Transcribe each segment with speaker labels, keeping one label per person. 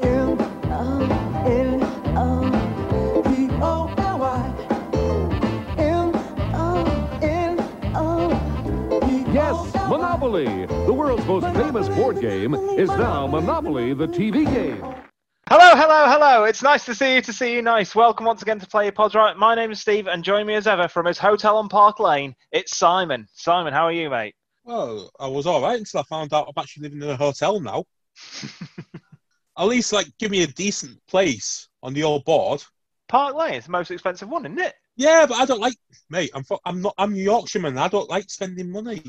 Speaker 1: uh, uh,
Speaker 2: Monopoly, the world's most famous board game, is now Monopoly, the TV game.
Speaker 3: Hello, hello, hello. It's nice to see you, to see you nice. Welcome once again to Play Pod Right. My name is Steve, and join me as ever from his hotel on Park Lane, it's Simon. Simon, how are you, mate?
Speaker 4: Well, I was all right until I found out I'm actually living in a hotel now. At least, like, give me a decent place on the old board.
Speaker 3: Park Lane is the most expensive one, isn't it?
Speaker 4: Yeah, but I don't like, mate. I'm fro- I'm not I'm Yorkshireman. I don't like spending money.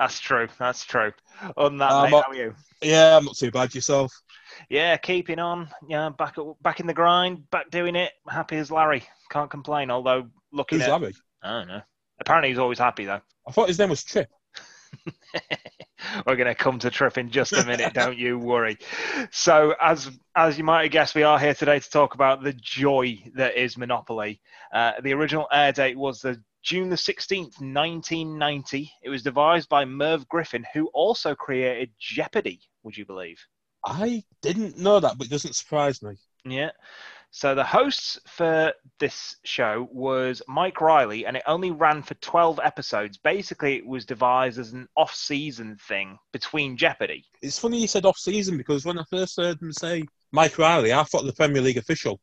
Speaker 3: That's true, that's true. On that,
Speaker 4: Uh,
Speaker 3: mate,
Speaker 4: but-
Speaker 3: how are you?
Speaker 4: Yeah, I'm not too bad yourself.
Speaker 3: Yeah, keeping on. Yeah, back at, back in the grind, back doing it. Happy as Larry. Can't complain, although looking
Speaker 4: Who's
Speaker 3: at.
Speaker 4: Larry?
Speaker 3: I don't know. Apparently, he's always happy, though.
Speaker 4: I thought his name was Trip.
Speaker 3: We're going to come to Trip in just a minute. don't you worry. So, as as you might have guessed, we are here today to talk about the joy that is Monopoly. Uh, the original air date was the June the sixteenth, nineteen ninety. It was devised by Merv Griffin, who also created Jeopardy. Would you believe?
Speaker 4: I didn't know that, but it doesn't surprise me.
Speaker 3: Yeah. So the hosts for this show was Mike Riley, and it only ran for 12 episodes. Basically, it was devised as an off-season thing between Jeopardy.
Speaker 4: It's funny you said off season because when I first heard them say Mike Riley, I thought the Premier League official.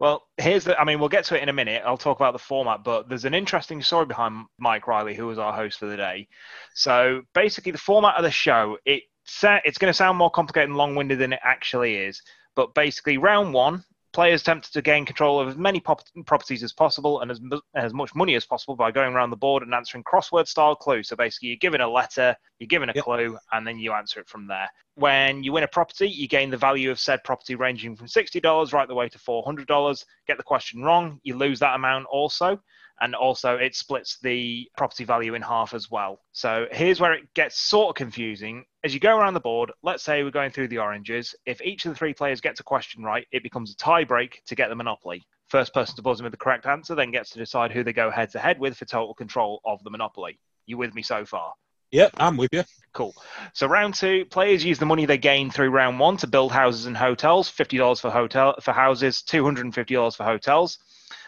Speaker 3: well, here's the. I mean, we'll get to it in a minute. I'll talk about the format, but there's an interesting story behind Mike Riley, who was our host for the day. So basically, the format of the show it sa- it's going to sound more complicated and long-winded than it actually is. But basically, round one, players attempt to gain control of as many pop- properties as possible and as, mu- as much money as possible by going around the board and answering crossword-style clues. So basically, you're given a letter, you're given a
Speaker 4: Yep.
Speaker 3: clue, and then you answer it from there when you win a property, you gain the value of said property ranging from $60 right the way to $400. Get the question wrong, you lose that amount also. And also, it splits the property value in half as well. So here's where it gets sort of confusing. As you go around the board, let's say we're going through the oranges. If each of the three players gets a question right, it becomes a tie break to get the monopoly. First person to buzz in with the correct answer then gets to decide who they go head to head with for total control of the monopoly. You with me so far?
Speaker 4: Yep, I'm with you.
Speaker 3: Cool. So round two, players use the money they gain through round one to build houses and hotels. Fifty dollars for hotel for houses, two hundred and fifty dollars for hotels.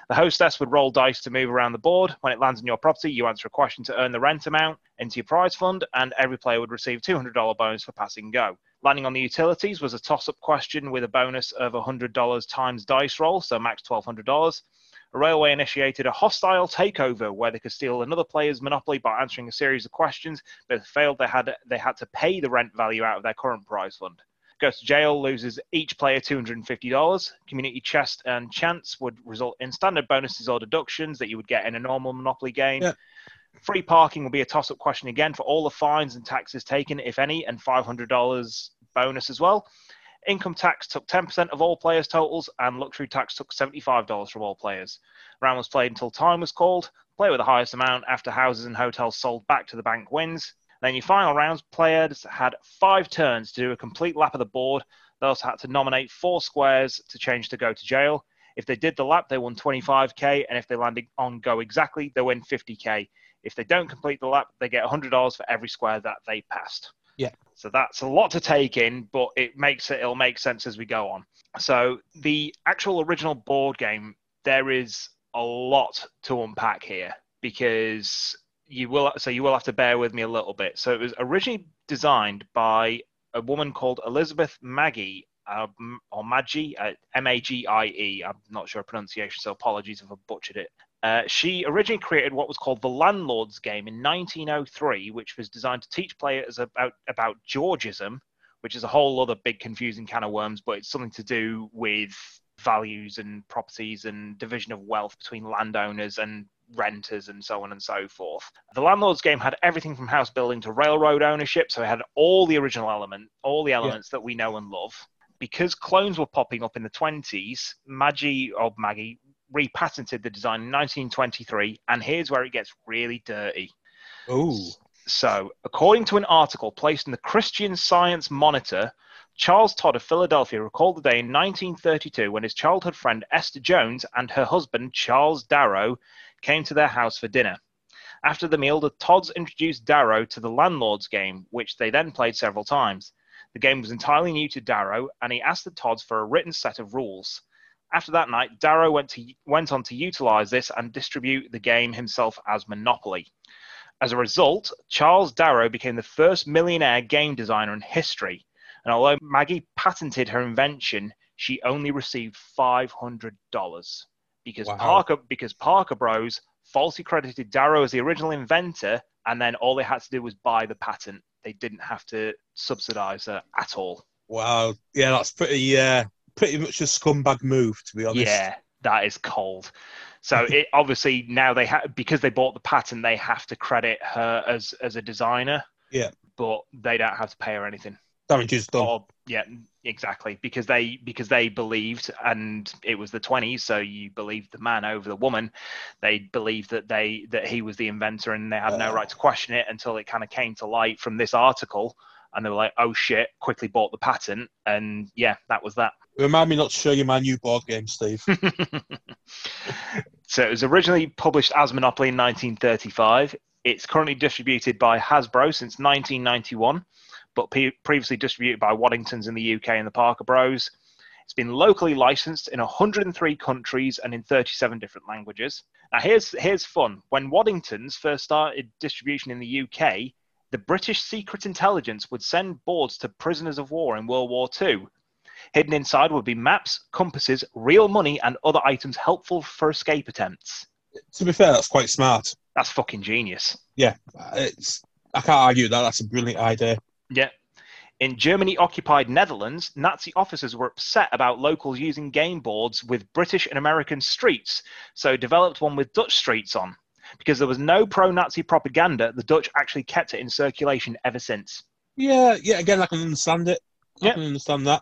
Speaker 3: The hostess would roll dice to move around the board. When it lands on your property, you answer a question to earn the rent amount into your prize fund, and every player would receive two hundred dollar bonus for passing go. Landing on the utilities was a toss-up question with a bonus of hundred dollars times dice roll, so max twelve hundred dollars. Railway initiated a hostile takeover where they could steal another player's monopoly by answering a series of questions but if failed they had they had to pay the rent value out of their current prize fund. Goes to jail, loses each player $250. Community chest and chance would result in standard bonuses or deductions that you would get in a normal Monopoly game.
Speaker 4: Yeah.
Speaker 3: Free parking will be a toss up question again for all the fines and taxes taken, if any, and $500 bonus as well. Income tax took 10% of all players' totals, and luxury tax took $75 from all players. Round was played until time was called. Player with the highest amount after houses and hotels sold back to the bank wins. Then your final rounds, players had five turns to do a complete lap of the board. They also had to nominate four squares to change to go to jail. If they did the lap, they won 25k, and if they landed on go exactly, they win 50k. If they don't complete the lap, they get $100 for every square that they passed.
Speaker 4: Yeah.
Speaker 3: So that's a lot to take in, but it makes it, it'll make sense as we go on. So the actual original board game, there is a lot to unpack here because you will so you will have to bear with me a little bit. So it was originally designed by a woman called Elizabeth Maggie uh, m- or Maggie uh, M A G I E. I'm not sure of pronunciation, so apologies if I butchered it. Uh, she originally created what was called the Landlord's Game in 1903, which was designed to teach players about about Georgism, which is a whole other big confusing can of worms, but it's something to do with values and properties and division of wealth between landowners and renters and so on and so forth. The landlord's game had everything from house building to railroad ownership, so it had all the original element, all the elements that we know and love. Because clones were popping up in the 20s, Maggie or Maggie repatented the design in 1923, and here's where it gets really dirty.
Speaker 4: Oh,
Speaker 3: So, according to an article placed in the Christian Science Monitor, Charles Todd of Philadelphia recalled the day in 1932 when his childhood friend Esther Jones and her husband Charles Darrow came to their house for dinner. After the meal, the Todds introduced Darrow to the landlord's game, which they then played several times. The game was entirely new to Darrow, and he asked the Todds for a written set of rules. After that night, Darrow went, to, went on to utilize this and distribute the game himself as Monopoly. As a result, Charles Darrow became the first millionaire game designer in history. And although Maggie patented her invention, she only received $500 because
Speaker 4: Wow.
Speaker 3: Parker because Parker Bros falsely credited Darrow as the original inventor, and then all they had to do was buy the patent. They didn't have to subsidize her at all.
Speaker 4: Wow. Yeah, that's pretty uh, pretty much a scumbag move, to be honest.
Speaker 3: Yeah, that is cold. So it obviously now they have because they bought the patent, they have to credit her as as a designer.
Speaker 4: Yeah.
Speaker 3: but they don't have to pay her anything.
Speaker 4: Damage is done.
Speaker 3: Or, yeah, exactly because they because they believed, and it was the twenties, so you believed the man over the woman. They believed that they that he was the inventor, and they had no
Speaker 4: Oh.
Speaker 3: right to question it until it kind of came to light from this article. And they were like, "Oh shit!" Quickly bought the patent, and yeah, that was that.
Speaker 4: Remind me not to show you my new board game, Steve.
Speaker 3: so it was originally published as Monopoly in 1935. It's currently distributed by Hasbro since 1991, but pe- previously distributed by Waddingtons in the UK and the Parker Bros. It's been locally licensed in 103 countries and in 37 different languages. Now, here's, here's fun. When Waddingtons first started distribution in the UK, the British Secret Intelligence would send boards to prisoners of war in World War II. Hidden inside would be maps, compasses, real money, and other items helpful for escape attempts.
Speaker 4: to be fair, that's quite smart.
Speaker 3: That's fucking genius.
Speaker 4: Yeah, it's I can't argue that. That's a brilliant idea.
Speaker 3: Yeah. In Germany occupied Netherlands, Nazi officers were upset about locals using game boards with British and American streets, so developed one with Dutch streets on. Because there was no pro Nazi propaganda, the Dutch actually kept it in circulation ever since.
Speaker 4: Yeah, yeah. Again, I can understand it. I
Speaker 3: Yeah.
Speaker 4: can understand that.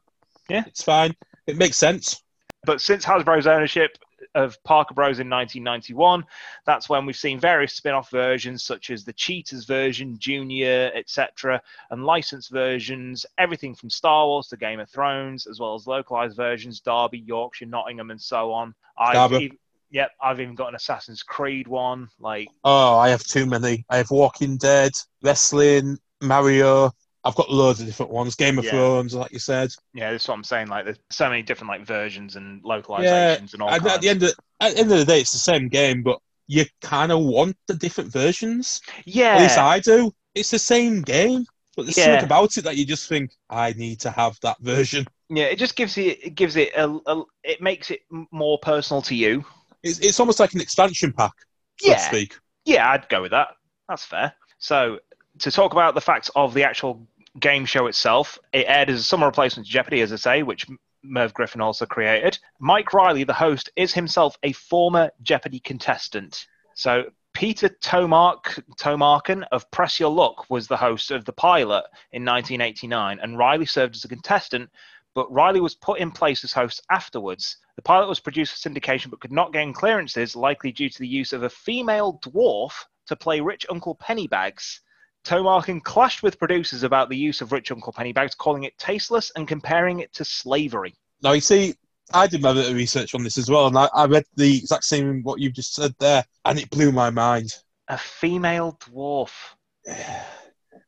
Speaker 3: Yeah.
Speaker 4: it's fine. It makes sense.
Speaker 3: But since Hasbro's ownership of Parker Bros in 1991, that's when we've seen various spin-off versions such as the Cheetahs version, Junior, etc., and licensed versions, everything from Star Wars to Game of Thrones, as well as localized versions, Derby, Yorkshire, Nottingham, and so on. I've
Speaker 4: Derby.
Speaker 3: even, yep, I've even got an Assassin's Creed one. Like,
Speaker 4: Oh, I have too many. I have Walking Dead, wrestling, Mario. I've got loads of different ones. Game of
Speaker 3: Yeah.
Speaker 4: Thrones, like you said.
Speaker 3: yeah, that's what I'm saying. Like, there's so many different like versions and localizations and all.
Speaker 4: And at
Speaker 3: kinds.
Speaker 4: the end of at the end of the day, it's the same game, but you kind of want the different versions.
Speaker 3: yeah,
Speaker 4: At least I do. It's the same game, but there's
Speaker 3: Yeah.
Speaker 4: something about it that you just think I need to have that version.
Speaker 3: yeah. It just gives it, it gives it a, a, it makes it m- more personal to you.
Speaker 4: It's, it's almost like an expansion pack, so to
Speaker 3: Yeah.
Speaker 4: speak.
Speaker 3: Yeah, I'd go with that. That's fair. So, to talk about the facts of the actual game show itself, it aired as a summer replacement to Jeopardy, as I say, which M- Merv Griffin also created. Mike Riley, the host, is himself a former Jeopardy contestant. So, Peter Tomark Tomarkin of Press Your Luck was the host of the pilot in 1989, and Riley served as a contestant but Riley was put in place as host afterwards. The pilot was produced for syndication but could not gain clearances, likely due to the use of a female dwarf to play Rich Uncle Pennybags. Tomarkin clashed with producers about the use of Rich Uncle Pennybags, calling it tasteless and comparing it to slavery.
Speaker 4: Now you see, I did my bit of research on this as well, and I, I read the exact same what you just said there, and it blew my mind.
Speaker 3: A female dwarf.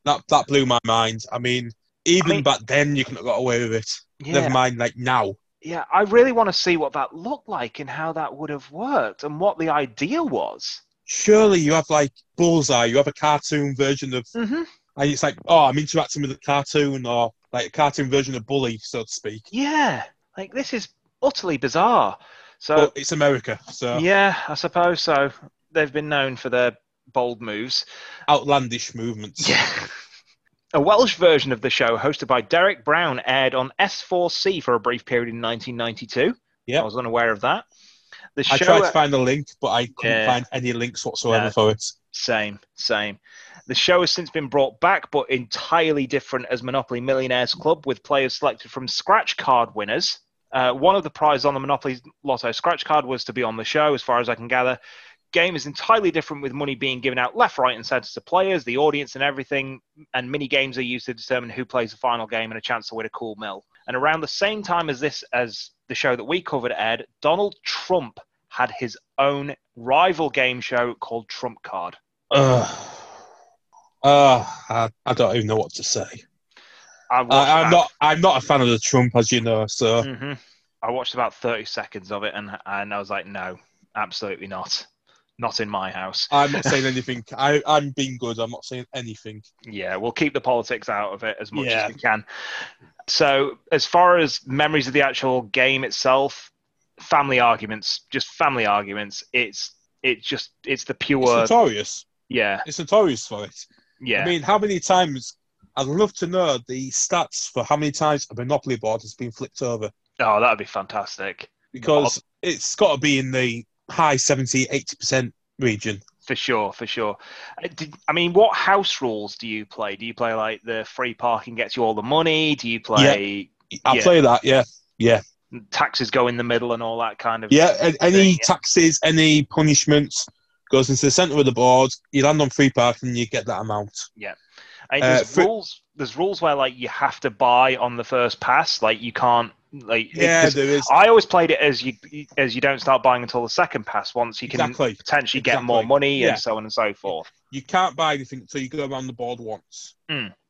Speaker 4: That that blew my mind. I mean, even
Speaker 3: I mean-
Speaker 4: back then you couldn't have got away with it. Never
Speaker 3: Yeah,
Speaker 4: mind, like now.
Speaker 3: yeah. I really want to see what that looked like and how that would have worked and what the idea was.
Speaker 4: Surely you have like Bullseye, you have a cartoon version of,
Speaker 3: Mm-hmm.
Speaker 4: and it's like, oh, I'm interacting with a cartoon or like a cartoon version of Bully, so to speak.
Speaker 3: Yeah, like this is utterly bizarre. So
Speaker 4: But it's America, so
Speaker 3: Uh, Yeah, I suppose so. They've been known for their bold moves.
Speaker 4: outlandish movements.
Speaker 3: Yeah. A Welsh version of the show, hosted by Derek Brown, aired on S4C for a brief period in 1992.
Speaker 4: Yep.
Speaker 3: I was unaware of that. The show
Speaker 4: I tried to find a link, but I couldn't
Speaker 3: Yeah.
Speaker 4: find any links whatsoever
Speaker 3: No.
Speaker 4: for it.
Speaker 3: Same, same. The show has since been brought back, but entirely different as Monopoly Millionaires Club, with players selected from scratch card winners. Uh, one of the prizes on the Monopoly Lotto scratch card was to be on the show, as far as I can gather. Game is entirely different, with money being given out left, right, and centre to players, the audience, and everything. And mini games are used to determine who plays the final game and a chance to win a cool mill. And around the same time as this, as the show that we covered aired, Donald Trump had his own rival game show called Trump Card.
Speaker 4: Ugh. Uh, I, I don't even know what to say.
Speaker 3: I watched
Speaker 4: I,
Speaker 3: about,
Speaker 4: I'm
Speaker 3: Mm-hmm.
Speaker 4: not. uh, I'm not a fan of the Trump, as you know. So
Speaker 3: Hmm. Mhm. I watched about thirty seconds of it, and and I was like, no, absolutely not. Not in my house.
Speaker 4: I'm not saying anything. I, I'm being good. I'm not saying anything.
Speaker 3: Yeah, we'll keep the politics out of it as much
Speaker 4: Yeah.
Speaker 3: as we can. So, as far as memories of the actual game itself, family arguments, just family arguments. It's it's just it's the pure
Speaker 4: It's notorious.
Speaker 3: yeah
Speaker 4: It's notorious for it.
Speaker 3: yeah.
Speaker 4: I mean, how many times? I'd love to know the stats for how many times a Monopoly board has been flipped over
Speaker 3: oh, that'd be fantastic
Speaker 4: because it's got to be in the high 70, 80% region.
Speaker 3: for sure, for sure. Uh, Did, I mean, what house rules do you play? Do you play like the free parking gets you all the money? Do you play
Speaker 4: I'll
Speaker 3: Yeah.
Speaker 4: play that, yeah.
Speaker 3: taxes go in the middle and all that kind of
Speaker 4: Yeah, a- any
Speaker 3: thing?
Speaker 4: taxes, any punishments goes into the centre of the board. You land on free parking, you get that amount.
Speaker 3: I mean,
Speaker 4: Uh,
Speaker 3: there's
Speaker 4: for-
Speaker 3: rules. There's rules where like you have to buy on the first pass. Like you can't. Like it-
Speaker 4: Yeah,
Speaker 3: 'cause
Speaker 4: there is.
Speaker 3: I always played it as you as you don't start buying until the second pass. Once you can
Speaker 4: Exactly.
Speaker 3: potentially get
Speaker 4: Exactly.
Speaker 3: more money
Speaker 4: Yeah.
Speaker 3: and so on and so forth.
Speaker 4: You can't buy anything until you go around the board once.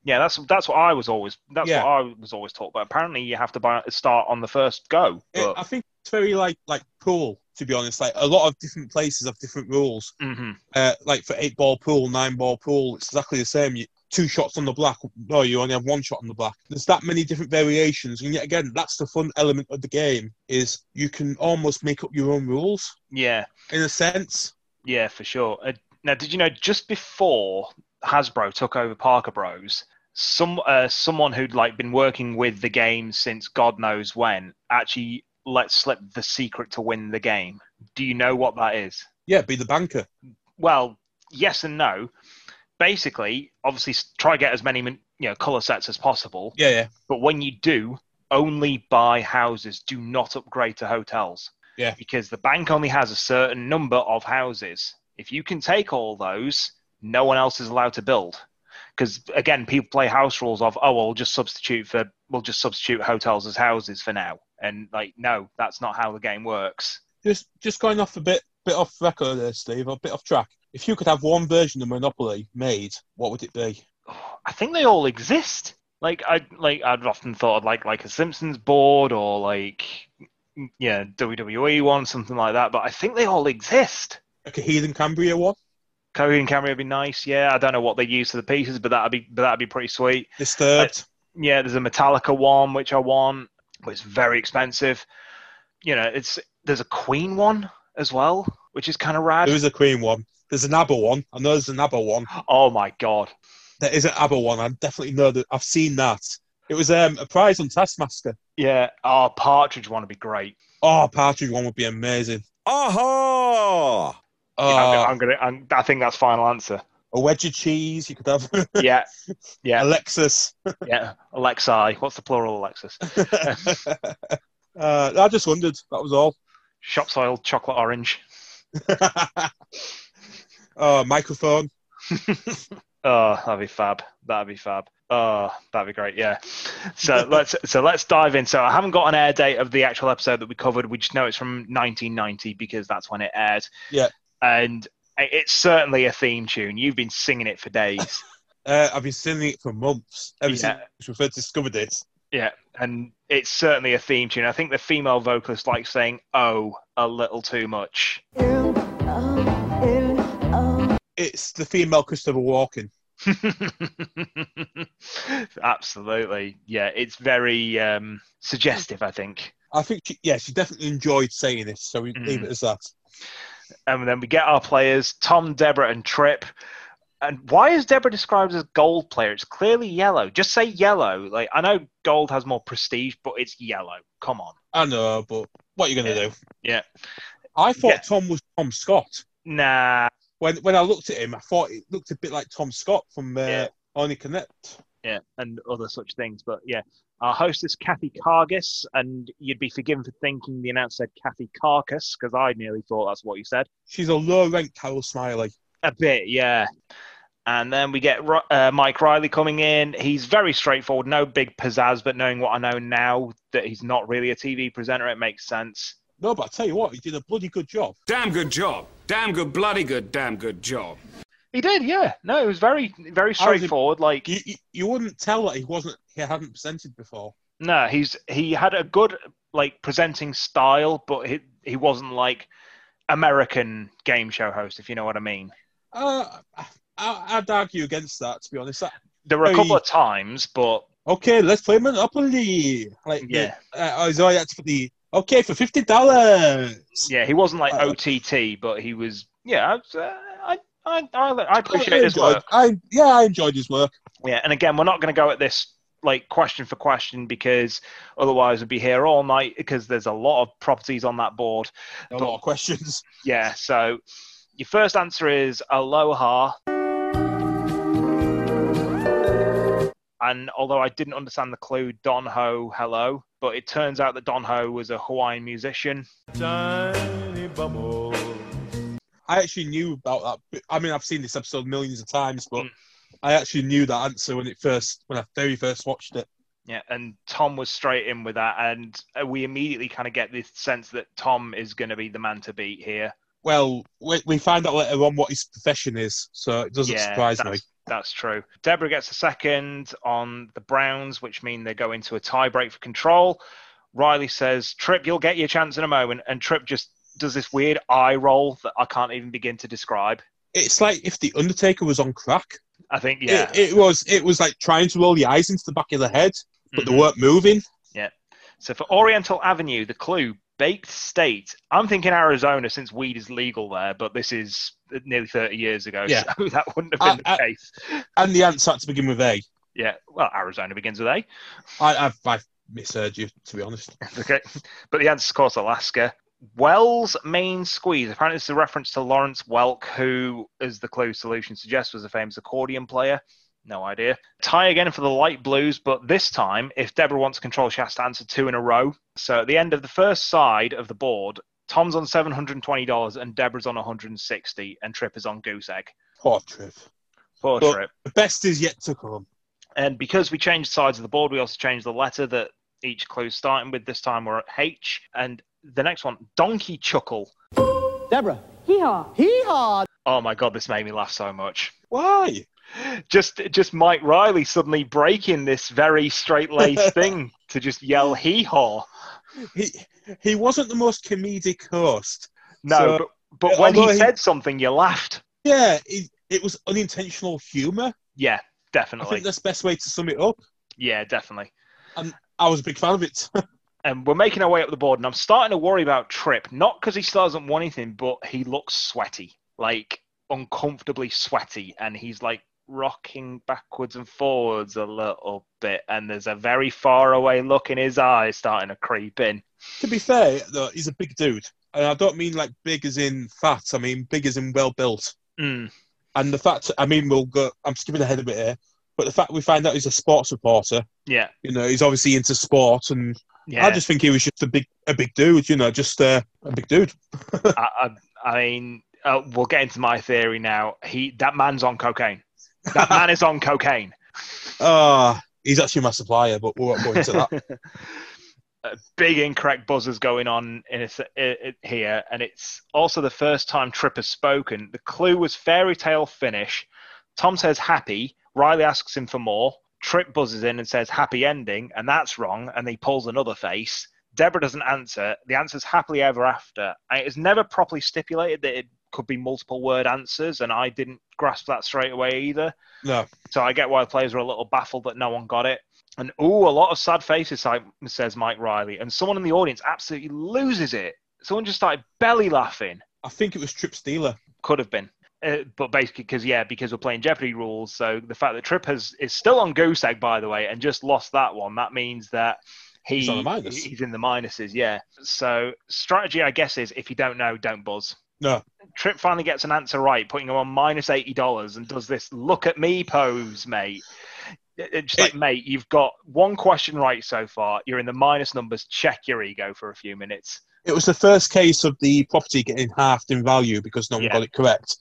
Speaker 3: Yeah, that's that's what I was always that's
Speaker 4: Yeah.
Speaker 3: what I was always taught. But apparently, you have to buy start on the first go.
Speaker 4: It- uh,
Speaker 3: But,
Speaker 4: I think it's very like like pool. To be honest, like a lot of different places have different rules.
Speaker 3: Mhm.
Speaker 4: Uh, like for eight ball pool, nine ball pool, it's exactly the same. You, two shots on the black. No, you only have one shot on the black. There's that many different variations, and yet again, that's the fun element of the game. Is you can almost make up your own rules
Speaker 3: Yeah,
Speaker 4: in a sense.
Speaker 3: yeah, for sure. Uh, now, did you know just before Hasbro took over Parker Bros, some uh, someone who'd like been working with the game since God knows when actually let slip the secret to win the game. Do you know what that is?
Speaker 4: Yeah, be the banker.
Speaker 3: Well, yes and no. Basically, obviously, s- try get as many min- you know color sets as possible.
Speaker 4: Yeah, yeah.
Speaker 3: But when you do, only buy houses. Do not upgrade to hotels.
Speaker 4: Yeah.
Speaker 3: Because the bank only has a certain number of houses. If you can take all those, no one else is allowed to build. Because again, people play house rules of, oh, well, we'll just substitute for, we'll just substitute hotels as houses for now. And like, no, that's not how the game works.
Speaker 4: Just just going off a bit bit off record there, Steve, a bit off track. If you could have one version of Monopoly made, what would it be?
Speaker 3: I think they all exist. Like I like I'd often thought of like like a Simpsons board or like yeah WWE one something like that. But I think they all exist.
Speaker 4: Like a Heathen Cambria one?
Speaker 3: Cody and Camry would be nice. Yeah, I don't know what they use for the pieces, but that'd be but that'd be pretty sweet.
Speaker 4: Disturbed.
Speaker 3: Yeah, there's a Metallica one which I want, but it's very expensive. You know, it's there's a Queen one as well, which is kind of rad.
Speaker 4: There is a Queen one. There's an ABBA one. I know there's an ABBA one.
Speaker 3: oh my god!
Speaker 4: There is an ABBA one. I definitely know that. I've seen that. It was um, a prize on Taskmaster.
Speaker 3: Yeah, our Partridge one would be great.
Speaker 4: Oh, Partridge one would be amazing.
Speaker 5: Aha!
Speaker 4: Oh,
Speaker 3: Yeah, I'm, I'm gonna. I'm, I think that's final answer.
Speaker 4: a wedge of cheese. You could have
Speaker 3: Yeah, yeah.
Speaker 4: Alexis.
Speaker 3: Yeah, Alexi. What's the plural, of Alexis?
Speaker 4: Uh, I just wondered. That was all.
Speaker 3: Shop soil, chocolate orange.
Speaker 4: uh, microphone.
Speaker 3: Oh, that'd be fab. That'd be fab. Oh, that'd be great. Yeah. So let's so let's dive in. So I haven't got an air date of the actual episode that we covered. We just know it's from 1990 because that's when it aired.
Speaker 4: Yeah.
Speaker 3: And i- it's certainly a theme tune. You've been singing it for days.
Speaker 4: Uh, I've been singing it for months. Ever
Speaker 3: Yeah.
Speaker 4: since we first discovered it.
Speaker 3: Yeah, and it's certainly a theme tune. I think the female vocalist likes saying "oh" a little too much.
Speaker 1: uh,
Speaker 4: It's the female Christopher Walken.
Speaker 3: Absolutely. Yeah, it's very um, suggestive, I think.
Speaker 4: I think, she, yeah, she definitely enjoyed saying it, so we
Speaker 3: Mhm.
Speaker 4: leave it as that.
Speaker 3: And then we get our players Tom, Deborah, and Trip. And why is Deborah described as gold player? It's clearly yellow. Just say yellow. Like I know gold has more prestige, but it's yellow. Come on.
Speaker 4: I know, but what are you going to do?
Speaker 3: Yeah.
Speaker 4: I thought
Speaker 3: Yeah.
Speaker 4: Tom was Tom Scott.
Speaker 3: Nah.
Speaker 4: When when I looked at him, I thought it looked a bit like Tom Scott from uh,
Speaker 3: Yeah.
Speaker 4: Only Connect.
Speaker 3: Yeah, and other such things. But yeah, our hostess Kathy Cargis, and you'd be forgiven for thinking the announcer said Kathy Carcass because I nearly thought that's what you said.
Speaker 4: She's a low ranked Carol Smiley.
Speaker 3: A bit, yeah. And then we get Ri- uh, Mike Riley coming in. He's very straightforward, no big pizzazz, but knowing what I know now that he's not really a TV presenter, it makes sense.
Speaker 4: No, but I tell you what, he did a bloody good job.
Speaker 6: Damn good job. Damn good, bloody good, damn good job.
Speaker 3: He did, yeah. No, it was very, very
Speaker 4: How is he-
Speaker 3: straightforward. Like,
Speaker 4: You, you, you wouldn't tell that he wasn't he hadn't presented before.
Speaker 3: no, he's he had a good like presenting style, but he he wasn't like American game show host, if you know what I mean.
Speaker 4: Uh, I, I'd argue against that, to be honest. That,
Speaker 3: There were a
Speaker 4: Hey.
Speaker 3: couple of times, but
Speaker 4: okay, let's play Monopoly. Like,
Speaker 3: Yeah.
Speaker 4: Uh, I was all had to put the okay for fifty dollars.
Speaker 3: yeah, he wasn't like
Speaker 4: Uh,
Speaker 3: OTT, but he was. Yeah, I, I, I, I, I
Speaker 4: I
Speaker 3: appreciate his
Speaker 4: enjoyed-
Speaker 3: work.
Speaker 4: I yeah, I enjoyed his work.
Speaker 3: Yeah, and again, we're not going to go at this like question for question because otherwise we'd be here all night because there's a lot of properties on that board.
Speaker 4: A lot of questions.
Speaker 3: Yeah, so your first answer is aloha. And although I didn't understand the clue, Don Ho, hello, but it turns out that Don Ho was a Hawaiian musician.
Speaker 4: I actually knew about that. bit- I mean, I've seen this episode millions of times, but
Speaker 3: Mm.
Speaker 4: I actually knew that answer when it first, when I very first watched it.
Speaker 3: Yeah, and Tom was straight in with that, and uh, we immediately kind of get this sense that Tom is going to be the man to beat here.
Speaker 4: Well, we, we find out later on what his profession is, so it doesn't surprise
Speaker 3: that's,
Speaker 4: me.
Speaker 3: That's true. Deborah gets a second on the Browns, which mean they go into a tiebreak for control. Riley says, Trip, you'll get your chance in a moment. And Trip just does this weird eye roll that I can't even begin to describe.
Speaker 4: It's like if the Undertaker was on crack.
Speaker 3: I think, yeah.
Speaker 4: It, it was. It was like trying to roll your eyes into the back of the head, but they
Speaker 3: Mhm.
Speaker 4: weren't moving.
Speaker 3: So for Oriental Avenue, the clue, baked state. I'm thinking Arizona since weed is legal there, but this is nearly 30 years ago.
Speaker 4: Yeah.
Speaker 3: So that wouldn't have been
Speaker 4: I-
Speaker 3: the
Speaker 4: I-
Speaker 3: case.
Speaker 4: And the answer had to begin with A.
Speaker 3: Yeah. Well, Arizona begins with A.
Speaker 4: I, I've, I've misheard you, to be honest.
Speaker 3: Okay. But the answer is, of course, Alaska. Wells' main squeeze. Apparently, it's a reference to Lawrence Welk, who, as the clue solution suggests, was a famous accordion player. No idea. Tie again for the light blues, but this time, if Deborah wants control, she has to answer two in a row. So at the end of the first side of the board, Tom's on $720 and Deborah's on 160 and Trip is on goose egg.
Speaker 4: Poor Trip.
Speaker 3: Poor
Speaker 4: But-
Speaker 3: Trip.
Speaker 4: The best is yet to come.
Speaker 3: And because we changed sides of the board, we also changed the letter that each clue is starting with. This time we're at H. And the next one, Donkey Chuckle.
Speaker 1: Deborah.
Speaker 7: Hee-haw.
Speaker 1: Hee-haw.
Speaker 3: Oh my god, this made me laugh so much.
Speaker 4: Why?
Speaker 3: Just just Mike Riley suddenly breaking this very straight laced thing to just yell hee haw.
Speaker 4: He he wasn't the most comedic host.
Speaker 3: No,
Speaker 4: So-
Speaker 3: but, but
Speaker 4: Yeah,
Speaker 3: when he,
Speaker 4: although he-
Speaker 3: said something you laughed.
Speaker 4: Yeah, it, it was unintentional humour.
Speaker 3: Yeah,
Speaker 4: I
Speaker 3: definitely.
Speaker 4: think that's the best way to sum it up.
Speaker 3: Yeah, definitely.
Speaker 4: I was a big fan of it.
Speaker 3: And we're making our way up the board and I'm starting to worry about Trip, not because he still hasn't won anything, but he looks sweaty. Like uncomfortably sweaty and he's like rocking backwards and forwards a little bit and there's a very far away look in his eyes starting to creep in.
Speaker 4: to be fair, though, he's a big dude. And I don't mean like big as in fat, I mean big as in well built.
Speaker 3: Mm.
Speaker 4: And the fact, I mean, we'll go, I'm skipping ahead a bit here, but the fact we find out he's a sports reporter,
Speaker 3: Yeah,
Speaker 4: you know, he's obviously into sport. And
Speaker 3: yeah. I,
Speaker 4: I just think he was just a big, a big dude, you know, just uh, a big dude.
Speaker 3: I, I mean, uh, we'll get into my theory now. He, that man's on cocaine. That man is on cocaine.
Speaker 4: Ah, he's actually my supplier, but we're not going to that.
Speaker 3: Uh, big incorrect buzzers going on in a, se- i- i- here, and it's also the first time Trip has spoken. The clue was fairy tale finish. Tom says happy. Riley asks him for more. Trip buzzes in and says happy ending, and that's wrong, and he pulls another face. Deborah doesn't answer. The answer's happily ever after. And It is never properly stipulated that it could be multiple word answers, and I didn't grasp that straight away either.
Speaker 4: No.
Speaker 3: So I get why players were a little baffled that no one got it. And ooh, a lot of sad faces, si- says Mike Riley. And someone in the audience absolutely loses it. Someone just started belly laughing.
Speaker 4: I think it was Trip Steeler.
Speaker 3: Could have been. Uh, but basically, because yeah, because we're playing Jeopardy rules, so the fact that Trip has is still on goose egg, by the way, and just lost that one, that means that he,
Speaker 4: He's on the minus.
Speaker 3: he's in the minuses. Yeah. So strategy, I guess, is if you don't know, don't buzz.
Speaker 4: No.
Speaker 3: Trip finally gets an answer right, putting him on minus eighty dollars, and does this look at me pose, mate. It- It's just like, mate, you've got one question right so far. You're in the minus numbers. Check your ego for a few minutes.
Speaker 4: It was the first case of the property getting halved in value because no one
Speaker 3: Yeah.
Speaker 4: got it correct.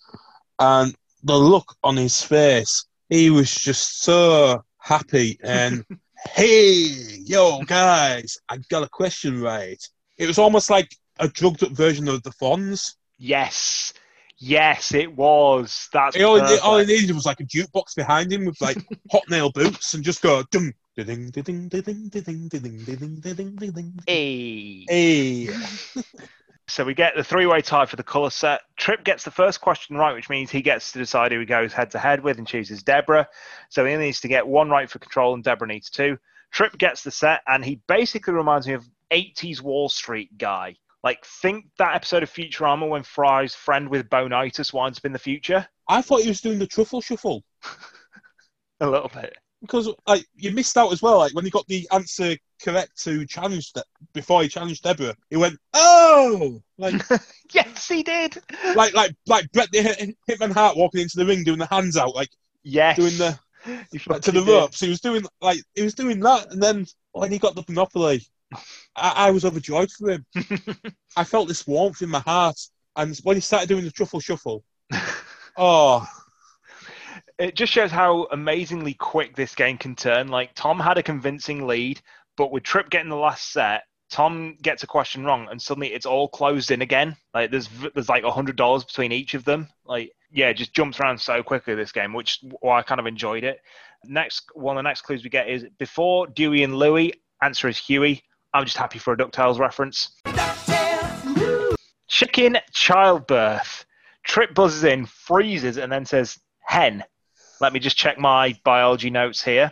Speaker 4: And the look on his face, he was just so happy. And hey, yo, guys, I got a question right. It was almost like a drugged up version of the Fonz.
Speaker 3: Yes, yes, it was. That's
Speaker 4: He only, all he
Speaker 3: perfect.
Speaker 4: needed was like a jukebox behind him with like hot nail boots and just go dum. Ding, ding, ding, ding, ding, ding, ding, ding, ding, ding, ding, ding.
Speaker 3: Hey.
Speaker 4: Hey,
Speaker 3: So we get the three-way tie for the color set. Trip gets the first question right, which means he gets to decide who he goes head-to-head with and chooses Deborah. So he needs to get one right for control, and Deborah needs two. Trip gets the set, and he basically reminds me of 80s Wall Street guy. Like, think that episode of Futurama when Fry's friend with bonitis winds up in the future
Speaker 4: I thought he was doing the truffle shuffle.
Speaker 3: a little bit.
Speaker 4: because like you missed out as well. Like when he got the answer correct to challenge that before he challenged Deborah, he went oh like
Speaker 3: Yes, he did.
Speaker 4: like like like Brett the Hit- Hitman Hart walking into the ring doing the hands out like
Speaker 3: Yes.
Speaker 4: doing the
Speaker 3: He
Speaker 4: like, to the
Speaker 3: fucking did.
Speaker 4: ropes. He was doing like he was doing that, and then when he got the monopoly, I, I was overjoyed for him. I felt this warmth in my heart, and when he started doing the truffle shuffle, oh
Speaker 3: it just shows how amazingly quick this game can turn. Like Tom had a convincing lead, but with Trip getting the last set, Tom gets a question wrong, and suddenly it's all closed in again. Like there's v- there's like a hundred dollars between each of them. Like yeah, it just jumps around so quickly this game, which why I kind of enjoyed it. Next one, of the next clues we get is before Dewey and Louie. Answer is Huey. I'm just happy for a Ducktales reference. Chicken childbirth. Trip buzzes in, freezes, and then says hen. Let me just check my biology notes here.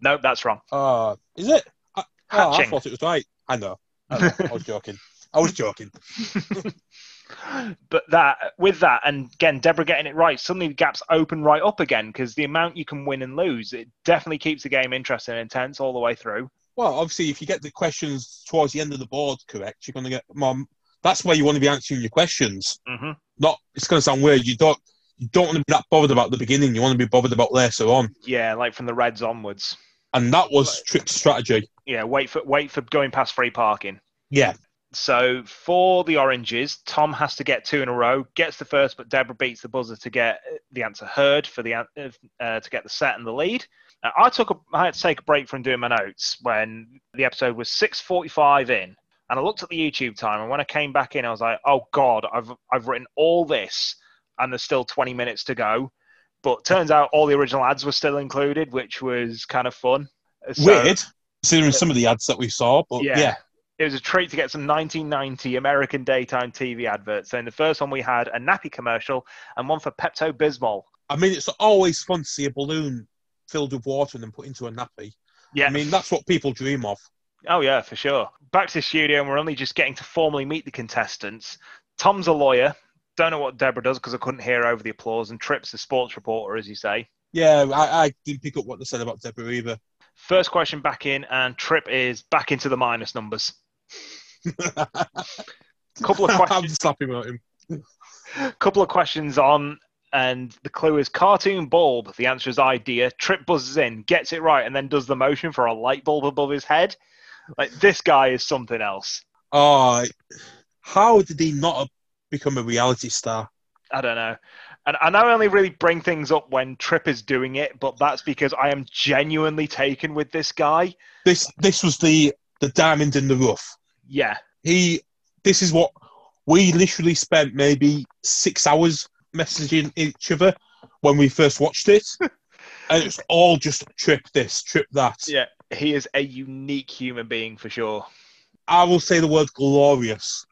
Speaker 3: Nope, that's wrong.
Speaker 4: oh, is it? I, oh, I
Speaker 3: Hatching.
Speaker 4: thought it was right. I know. I, know. I was joking. I was joking.
Speaker 3: But that with that, and again, Deborah getting it right, suddenly the gaps open right up again because the amount you can win and lose, it definitely keeps the game interesting and intense all the way through.
Speaker 4: Well, obviously, if you get the questions towards the end of the board correct, you're going to get. Mom, that's where you want to be answering your questions.
Speaker 3: hmm
Speaker 4: Not. It's going to sound weird. You don't. You don't want to be that bothered about the beginning. You want to be bothered about later on.
Speaker 3: Yeah, like from the Reds onwards.
Speaker 4: And that was Trip's strategy.
Speaker 3: Yeah, wait for wait for going past free parking.
Speaker 4: Yeah.
Speaker 3: So for the oranges, Tom has to get two in a row. Gets the first, but Deborah beats the buzzer to get the answer heard for the an- uh, to get the set and the lead. Uh, I took a, I had to take a break from doing my notes when the episode was 6:45 in, and I looked at the YouTube time. And when I came back in, I was like, "Oh God, I've I've written all this, and there's still 20 minutes to go." But turns out all the original ads were still included, which was kind of fun. So-
Speaker 4: Weird. Considering some of the ads that we saw, but yeah.
Speaker 3: it was a treat to get some 1990 American daytime TV adverts. So in the first one, we had a nappy commercial and one for Pepto Bismol.
Speaker 4: I mean, it's always fun to see a balloon filled with water and then put into a nappy.
Speaker 3: Yeah.
Speaker 4: I mean, that's what people dream of.
Speaker 3: oh, yeah, for sure. Back to the studio, and we're only just getting to formally meet the contestants. Tom's a lawyer. Don't know what Deborah does because I couldn't hear over the applause. And Tripp's a sports reporter, as you say.
Speaker 4: Yeah, I, I didn't pick up what they said about Deborah either.
Speaker 3: First question back in, and Tripp is back into the minus numbers. Couple of questions.
Speaker 4: I'm just happy about him.
Speaker 3: couple of questions on, and the clue is cartoon bulb. The answer is idea. Trip buzzes in, gets it right, and then does the motion for a light bulb above his head. Like this guy is something else.
Speaker 4: Oh, how did he not become a reality star?
Speaker 3: I don't know. And, and I only really bring things up when Trip is doing it, but that's because I am genuinely taken with this guy.
Speaker 4: This this was the the diamond in the rough.
Speaker 3: Yeah.
Speaker 4: He this is what we literally spent maybe six hours messaging each other when we first watched it, and it's all just trip this, trip that.
Speaker 3: Yeah. He is a unique human being for sure.
Speaker 4: I will say the word glorious.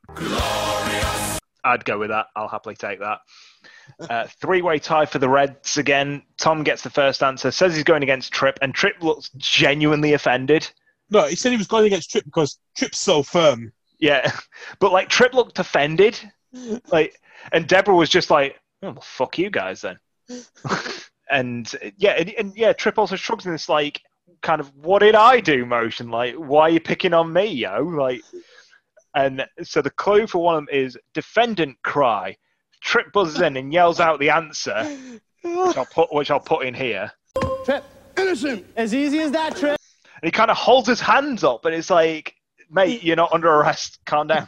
Speaker 3: I'd go with that. I'll happily take that. Uh, three-way tie for the Reds again. Tom gets the first answer, says he's going against Trip, and Trip looks genuinely offended.
Speaker 4: No, he said he was going against Trip because Trip's so firm.
Speaker 3: Yeah, but like Trip looked offended, like, and Deborah was just like, "Oh, well, fuck you guys then." and yeah, and, and yeah, Trip also shrugs in this like kind of "What did I do?" motion, like, "Why are you picking on me, yo?" Like, and so the clue for one of them is defendant cry. Trip buzzes in and yells out the answer, which I'll put, which I'll put in here.
Speaker 2: Trip. Innocent.
Speaker 1: As easy as that, Trip.
Speaker 3: And he kind of holds his hands up, and it's like, "Mate, you're not under arrest. Calm down."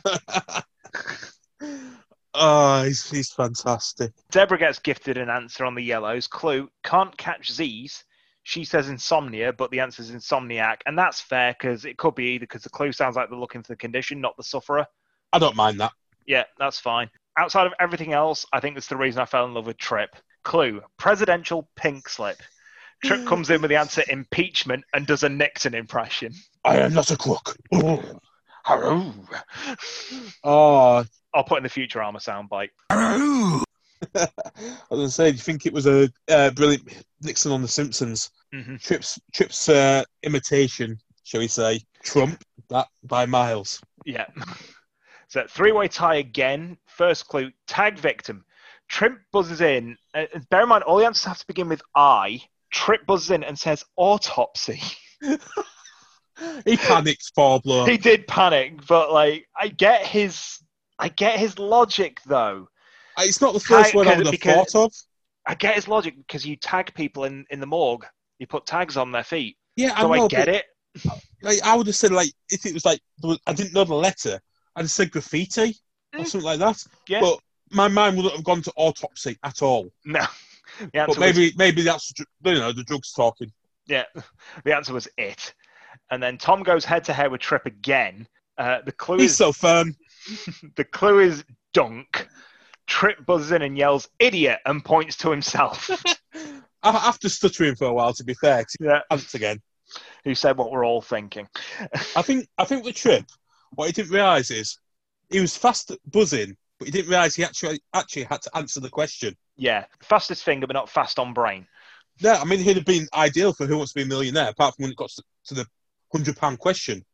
Speaker 4: Oh, he's, he's fantastic.
Speaker 3: Deborah gets gifted an answer on the yellows. Clue can't catch Z's. She says insomnia, but the answer is insomniac, and that's fair because it could be either because the clue sounds like they're looking for the condition, not the sufferer.
Speaker 4: I don't mind that.
Speaker 3: Yeah, that's fine. Outside of everything else, I think that's the reason I fell in love with Trip. Clue presidential pink slip. Trip comes in with the answer impeachment and does a Nixon impression.
Speaker 4: I am not a crook.
Speaker 3: Haroo.
Speaker 4: Oh,
Speaker 3: I'll put in the future armor soundbite.
Speaker 4: I was gonna say, do you think it was a uh, brilliant Nixon on The Simpsons?
Speaker 3: Mm-hmm.
Speaker 4: Trips, Trips uh, imitation, shall we say? Trump that by miles.
Speaker 3: Yeah. So three-way tie again. First clue: tag victim. Trimp buzzes in. Uh, and bear in mind, all the answers have to begin with I. Trip buzzes in and says autopsy.
Speaker 4: He panics, Pablo.
Speaker 3: he did panic, but like I get his, I get his logic though.
Speaker 4: It's not the first
Speaker 3: Can-
Speaker 4: one I
Speaker 3: can-
Speaker 4: would have
Speaker 3: because-
Speaker 4: thought of.
Speaker 3: I get his logic because you tag people in in the morgue. You put tags on their feet.
Speaker 4: Yeah,
Speaker 3: So
Speaker 4: I,
Speaker 3: I,
Speaker 4: know,
Speaker 3: get
Speaker 4: but,
Speaker 3: it.
Speaker 4: Like, I would have said like if it was like there was- I didn't know the letter, I'd have said graffiti or
Speaker 3: Mm.
Speaker 4: something like that.
Speaker 3: Yeah.
Speaker 4: But my mind wouldn't have gone to autopsy at all.
Speaker 3: no. The answer
Speaker 4: but maybe maybe that's you know the drugs talking.
Speaker 3: Yeah, the answer was it. And then Tom goes head to head with Trip again. Uh, the clue
Speaker 4: He's
Speaker 3: is
Speaker 4: so firm.
Speaker 3: the clue is dunk. Trip buzzes in and yells "idiot" and points to himself.
Speaker 4: I- After stuttering for a while, to be fair, 'cause he
Speaker 3: yeah,
Speaker 4: panics again.
Speaker 3: who said what we're all thinking?
Speaker 4: I think I think the trip. What he didn't realise is he was fast at buzzing, but he didn't realise he actually actually had to answer the question.
Speaker 3: Yeah, fastest finger, but not fast on brain.
Speaker 4: No, I mean he'd have been ideal for Who Wants to Be a Millionaire, apart from when it got to, to the hundred pound question.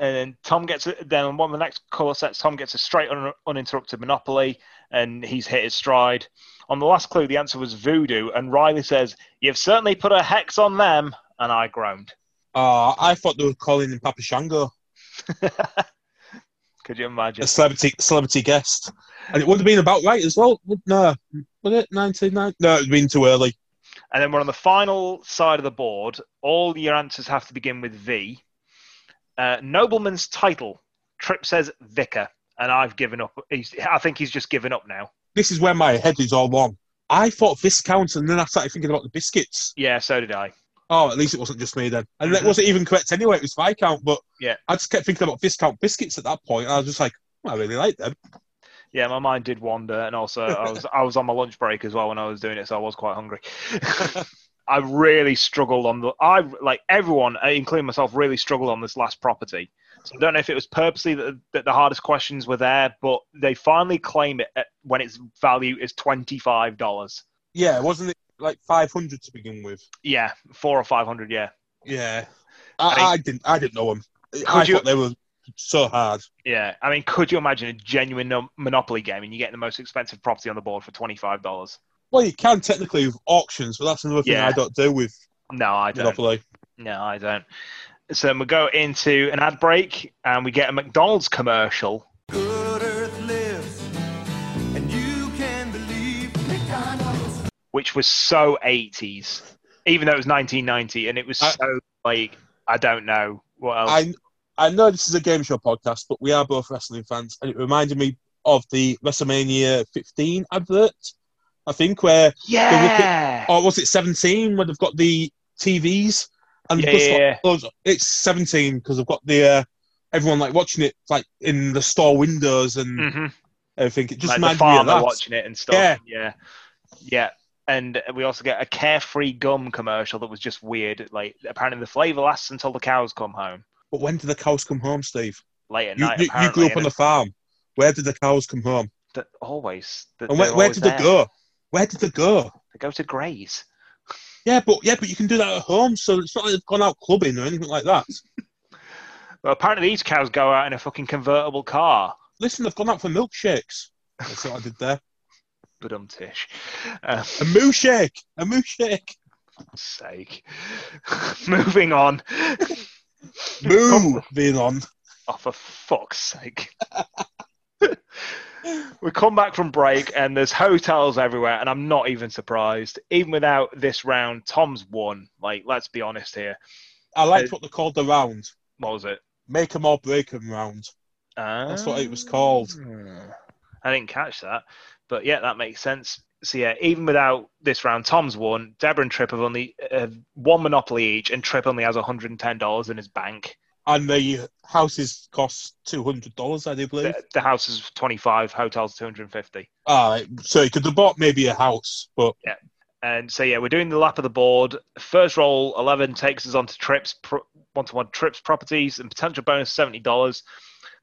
Speaker 3: and then Tom gets a, then on one of the next colour sets, Tom gets a straight un, uninterrupted monopoly, and he's hit his stride. On the last clue, the answer was voodoo, and Riley says, "You've certainly put a hex on them," and I groaned.
Speaker 4: Uh, I thought they were calling him Papa Shango,
Speaker 3: Could you imagine?
Speaker 4: a celebrity celebrity guest, and it would have been about right as well. would- No, would it? Nineteen nine? No, it'd been too early.
Speaker 3: And then we're on the final side of the board. All your answers have to begin with V. Uh, Nobleman's title. Trip says vicar, and I've given up. He's, I think he's just given up now.
Speaker 4: This is where my head is all wrong. I thought Viscount, and then I started thinking about the biscuits.
Speaker 3: Yeah, so did I.
Speaker 4: Oh, at least it wasn't just me then. And that wasn't even correct anyway, it was Viscount, but
Speaker 3: Yeah.
Speaker 4: I just kept thinking about Viscount biscuits at that point, and I was just like, "Oh, I really like them.
Speaker 3: Yeah, my mind did wander, and also I was I was on my lunch break as well when I was doing it, so I was quite hungry. I really struggled on the I like everyone, uh, including myself, really struggled on this last property. So I don't know if it was purposely that, that the hardest questions were there, but they finally claim it at, when its value is twenty five dollars.
Speaker 4: Yeah, wasn't it like 500 to begin with?
Speaker 3: Yeah, four or five hundred. Yeah,
Speaker 4: Yeah,
Speaker 3: I-
Speaker 4: I, I didn't. I didn't know them. I
Speaker 3: you-
Speaker 4: thought they were so hard.
Speaker 3: yeah. I mean, could you imagine a genuine no- Monopoly game and you get the most expensive property on the board for twenty five dollars?
Speaker 4: Well, you can technically with auctions, but that's another thing
Speaker 3: Yeah.
Speaker 4: I don't do with
Speaker 3: No, I don't.
Speaker 4: Monopoly.
Speaker 3: No, I don't. So then we go into an ad break and we get a McDonald's commercial.
Speaker 1: Good Earth lives, and you can believe.
Speaker 3: which was so 80s, even though it was 1990, and it was
Speaker 4: I-
Speaker 3: so like I don't know what else.
Speaker 4: I I know this is a game show podcast, but we are both wrestling fans, and it reminded me of the WrestleMania 15 advert. I think where,
Speaker 3: yeah,
Speaker 4: or was it 17 when they've got the TVs and
Speaker 3: yeah,
Speaker 4: they've just
Speaker 3: yeah,
Speaker 4: got
Speaker 3: yeah.
Speaker 4: those- it's 17 because they've got the uh, everyone like watching it like in the store windows and
Speaker 3: Mhm.
Speaker 4: everything. It just
Speaker 3: like the
Speaker 4: reminded me of
Speaker 3: farmer
Speaker 4: that.
Speaker 3: watching it and stuff. Yeah,
Speaker 4: Yeah.
Speaker 3: yeah, yeah. And we also get a carefree gum commercial that was just weird. Like apparently the flavour lasts until the cows come home
Speaker 4: But when did the cows come home, Steve?
Speaker 3: late at
Speaker 4: You,
Speaker 3: night.
Speaker 4: you, you
Speaker 3: apparently,
Speaker 4: grew up on
Speaker 3: and
Speaker 4: the farm. Where did the cows come home?
Speaker 3: that always. That
Speaker 4: And
Speaker 3: they're
Speaker 4: where, where
Speaker 3: always
Speaker 4: did
Speaker 3: there.
Speaker 4: they go? Where did they go?
Speaker 3: They go to graze.
Speaker 4: Yeah, but yeah, but you can do that at home, so it's not like they've gone out clubbing or anything like that.
Speaker 3: Well, apparently these cows go out in a fucking convertible car.
Speaker 4: Listen, they've gone out for milkshakes. That's what I did there.
Speaker 3: But um, tish. Uh,
Speaker 4: A moo shake, a moo shake,
Speaker 3: sake. Moving on.
Speaker 4: moo being on.
Speaker 3: Oh, for fuck's sake. we come back from break and there's hotels everywhere, and I'm not even surprised. Even without this round, Tom's won. Like, let's be honest here.
Speaker 4: I liked what they called the round.
Speaker 3: What was it?
Speaker 4: Make 'em or break 'em round.
Speaker 3: That's
Speaker 4: what it was called.
Speaker 3: Ah. I didn't catch that. But yeah, that makes sense. So yeah, even without this round, Tom's won. Deborah and Trip have only uh, one Monopoly each, and Trip only has $110 in his bank.
Speaker 4: And the houses cost two hundred dollars, I do believe.
Speaker 3: The, the house is 25, hotels 250.
Speaker 4: Ah, All right, so you could have bought maybe a house, but
Speaker 3: And so yeah, we're doing the lap of the board. First roll eleven takes us onto trips, one to one trips properties, and potential bonus seventy dollars.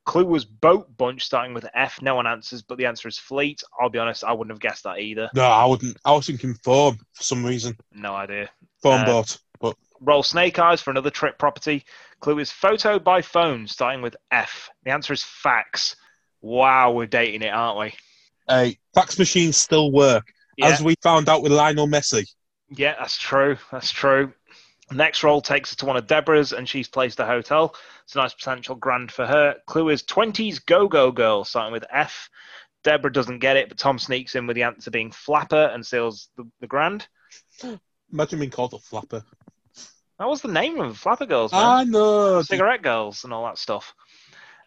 Speaker 3: Clue was boat bunch starting with F. No one answers, but the answer is fleet. I'll be honest, I wouldn't have guessed that either.
Speaker 4: No, I wouldn't. I was thinking form for some reason.
Speaker 3: No idea.
Speaker 4: Form
Speaker 3: Uh,
Speaker 4: boat. But
Speaker 3: Roll snake eyes for another trip property. Clue is photo by phone starting with F. The answer is fax. Wow, we're dating it, aren't we?
Speaker 4: hey, fax machines still work,
Speaker 3: Yeah,
Speaker 4: as we found out with Lionel Messi.
Speaker 3: yeah, that's true. That's true. Next roll takes us to one of Deborah's, and she's placed a hotel. It's a nice potential grand for her. Clue is 20s Go Go Girl, starting with F. Deborah doesn't get it, but Tom sneaks in with the answer being flapper and steals the, the grand.
Speaker 4: Imagine being called a flapper.
Speaker 3: That was the name of Flapper Girls, man.
Speaker 4: I know.
Speaker 3: cigarette girls and all that stuff.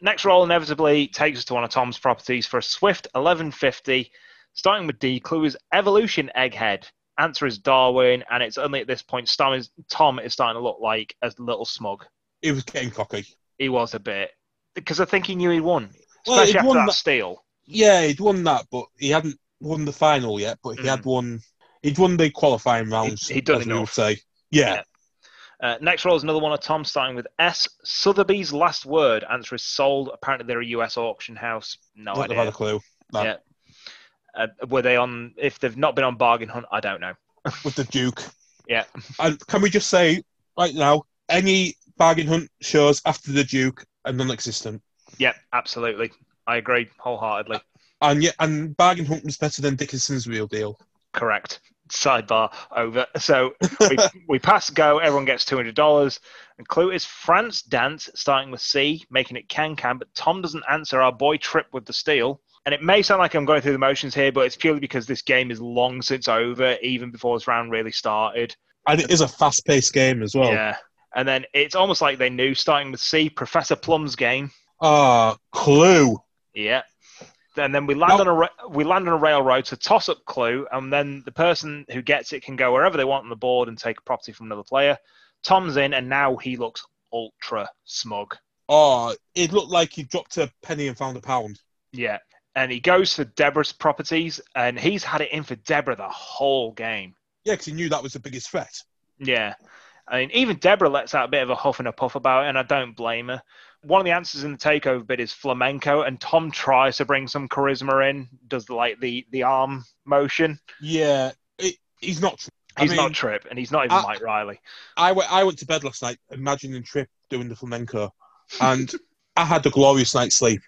Speaker 3: Next roll inevitably takes us to one of Tom's properties for a swift 1150. Starting with D, clue is evolution egghead. Answer is Darwin, and it's only at this point Tom is, Tom is starting to look like a little smug.
Speaker 4: He was getting cocky.
Speaker 3: He was a bit because I think he knew he'd won,
Speaker 4: Well,
Speaker 3: especially
Speaker 4: he'd
Speaker 3: after
Speaker 4: won
Speaker 3: that,
Speaker 4: that-
Speaker 3: steal.
Speaker 4: Yeah, he'd won that, but he hadn't won the final yet. But he had won. He'd won the qualifying rounds.
Speaker 3: he'd Mm. done
Speaker 4: as we would
Speaker 3: enough.
Speaker 4: say. Yeah,
Speaker 3: Uh, next roll is another one of Tom, starting with S. Sotheby's last word. Answer is sold. Apparently, they're a US auction house. No
Speaker 4: not
Speaker 3: idea.
Speaker 4: have had a clue no.
Speaker 3: Yeah. Uh, were they on? If they've not been on bargain hunt, I don't know.
Speaker 4: with the Duke.
Speaker 3: Yeah.
Speaker 4: And can we just say right now, any bargain hunt shows after the Duke are non-existent.
Speaker 3: Yeah, absolutely. I agree wholeheartedly.
Speaker 4: And yeah, and bargain hunt was better than Dickinson's real deal.
Speaker 3: Correct. Sidebar over. So we, we pass go. Everyone gets two hundred dollars. And clue is France dance, starting with C, making it can can. But Tom doesn't answer our boy trip with the steal. And it may sound like I'm going through the motions here, but it's purely because this game is long since over, even before this round really started.
Speaker 4: And it is a fast-paced game as well.
Speaker 3: Yeah. And then it's almost like they knew, starting with C, Professor Plum's game.
Speaker 4: Ah, Clue.
Speaker 3: Yeah. And then we land
Speaker 4: No.
Speaker 3: on a ra- we land on a railroad to toss up clue, and then the person who gets it can go wherever they want on the board and take a property from another player. Tom's in, and now he looks ultra smug.
Speaker 4: Oh, it looked like he dropped a penny and found a pound.
Speaker 3: Yeah, and he goes for Deborah's properties, and he's had it in for Deborah the whole game.
Speaker 4: Yeah, because he knew that was the biggest threat.
Speaker 3: Yeah. I mean, even Deborah lets out a bit of a huff and a puff about it, and I don't blame her. One of the answers in the takeover bit is flamenco, and Tom tries to bring some charisma in, does the, like the the arm motion.
Speaker 4: Yeah, it, he's not. Tri- I
Speaker 3: He's
Speaker 4: mean,
Speaker 3: not Trip, and he's not even
Speaker 4: I-
Speaker 3: Mike Riley.
Speaker 4: I went. I went to bed last night imagining Trip doing the flamenco, and I had a glorious night's sleep.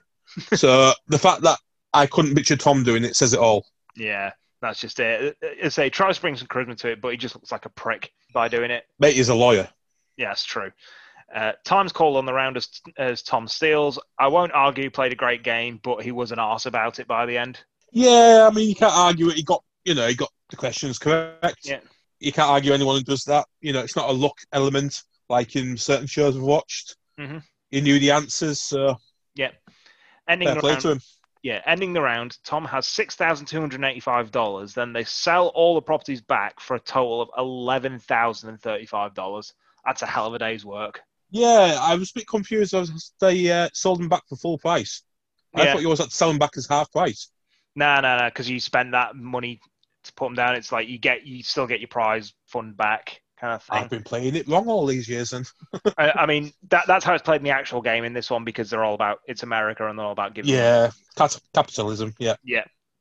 Speaker 4: So the fact that I couldn't picture Tom doing it says it all.
Speaker 3: Uh, Uh,
Speaker 4: uh,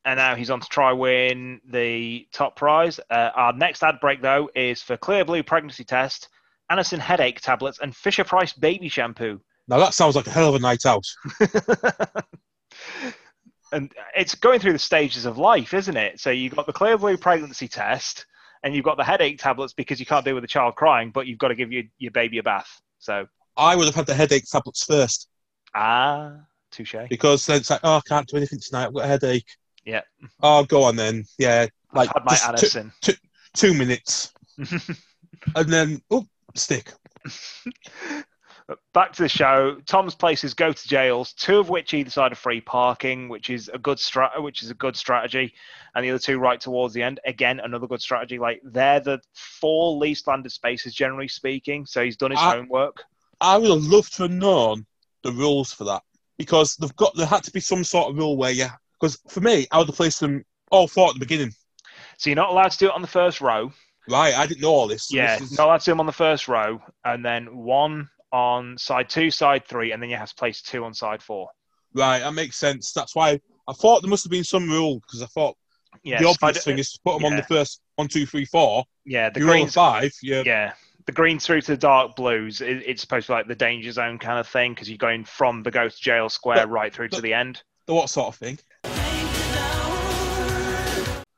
Speaker 3: Uh, ah, So you're not allowed to do it on the first row.
Speaker 4: "Oh, oh, Right, I didn't know all this. so
Speaker 3: yeah,
Speaker 4: this is-
Speaker 3: not allowed to do them on the first row, and then one on side two, side three, and then you have to place two on side four.
Speaker 4: Right, that makes sense. That's why I thought there must have been some rule because I thought
Speaker 3: Yeah,
Speaker 4: the
Speaker 3: side-
Speaker 4: obvious thing is to put them on the
Speaker 3: yeah.
Speaker 4: first one, two, three, four.
Speaker 3: yeah, the
Speaker 4: you roll a
Speaker 3: greens
Speaker 4: five. Yeah,
Speaker 3: yeah the green through to the dark blues it, it's supposed to be like the danger zone kind of thing because you're going from the go to jail square
Speaker 4: But-
Speaker 3: right through to
Speaker 4: but-
Speaker 3: the end
Speaker 4: the what sort of thing?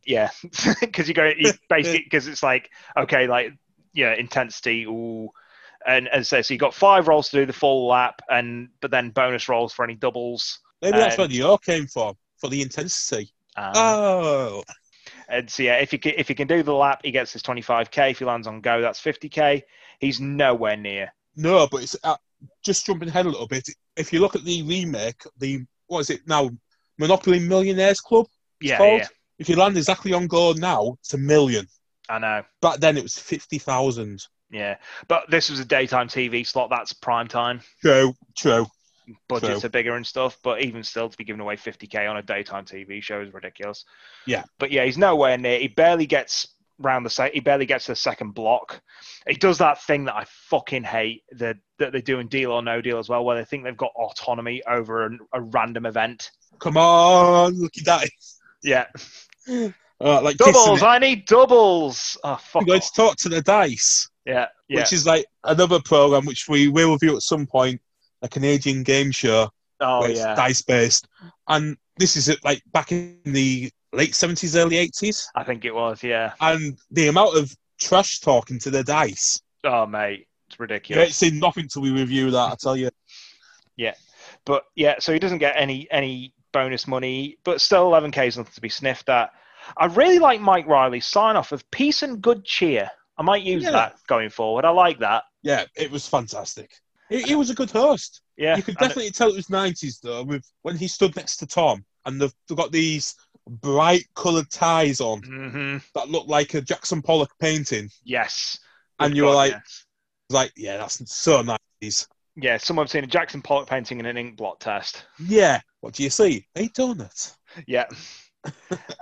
Speaker 3: yeah because you go you basically because it's like okay like yeah intensity ooh. and and so, so you got five rolls to do the full lap and but then bonus rolls for any doubles
Speaker 4: Maybe that's
Speaker 3: Uh,
Speaker 4: where the O came from for the intensity.
Speaker 3: um,
Speaker 4: oh,
Speaker 3: And so yeah, if he can, if he can do the lap, he gets his 25k. If he lands on go, that's 50k. He's nowhere near.
Speaker 4: no, but it's uh, just jumping ahead a little bit. If you look at the remake, the what is it now? Monopoly Millionaires Club.
Speaker 3: Yeah,
Speaker 4: called?
Speaker 3: yeah,
Speaker 4: If you land exactly on goal now, it's a million.
Speaker 3: I know.
Speaker 4: Back then, it was fifty thousand.
Speaker 3: Yeah, but this was a daytime TV slot. That's prime time.
Speaker 4: True, true.
Speaker 3: budgets
Speaker 4: So-
Speaker 3: are bigger and stuff, but even still, to be giving away 50k on a daytime TV show is ridiculous.
Speaker 4: Yeah.
Speaker 3: but yeah, he's nowhere near. He barely gets round the site. He barely gets to the second block. He does that thing that I fucking hate that that they do in Deal or No Deal as well, where they think they've got autonomy over an, a random event.
Speaker 4: Come on, look at that.
Speaker 3: Yeah,
Speaker 4: Uh, like kissing
Speaker 3: doubles.
Speaker 4: it.
Speaker 3: I need doubles. Oh
Speaker 4: I'm
Speaker 3: fuck.
Speaker 4: going
Speaker 3: off.
Speaker 4: to talk to the dice.
Speaker 3: Yeah, yeah.
Speaker 4: which is like another program which we will review at some point, a Canadian game show
Speaker 3: oh
Speaker 4: where it's
Speaker 3: yeah.
Speaker 4: dice based. And this is like back in the late seventies, early eighties,
Speaker 3: I think it was. Yeah.
Speaker 4: and the amount of trash talking to the dice.
Speaker 3: Oh mate, it's
Speaker 4: You ain't
Speaker 3: ridiculous.
Speaker 4: seen nothing till we review that. I tell you,
Speaker 3: But yeah, so he doesn't get any any bonus money, but still 11k is nothing to be sniffed at. I really like Mike Riley's sign off of peace and good cheer. I might use
Speaker 4: Yeah.
Speaker 3: that going forward. I like that.
Speaker 4: yeah, it was fantastic. He, he was a good host.
Speaker 3: Yeah,
Speaker 4: you could
Speaker 3: and-
Speaker 4: definitely tell it was nineties though, with when he stood next to Tom and they've, they've got these bright coloured ties on
Speaker 3: Mhm.
Speaker 4: that look like a Jackson Pollock painting.
Speaker 3: Yes.
Speaker 4: And
Speaker 3: Good
Speaker 4: you were
Speaker 3: God,
Speaker 4: like-
Speaker 3: yes.
Speaker 4: Like, yeah, that's so nineties.
Speaker 3: yeah, someone's seen a Jackson Pollock painting and an ink blot test.
Speaker 4: Yeah. What do you see? A donut.
Speaker 3: Yeah.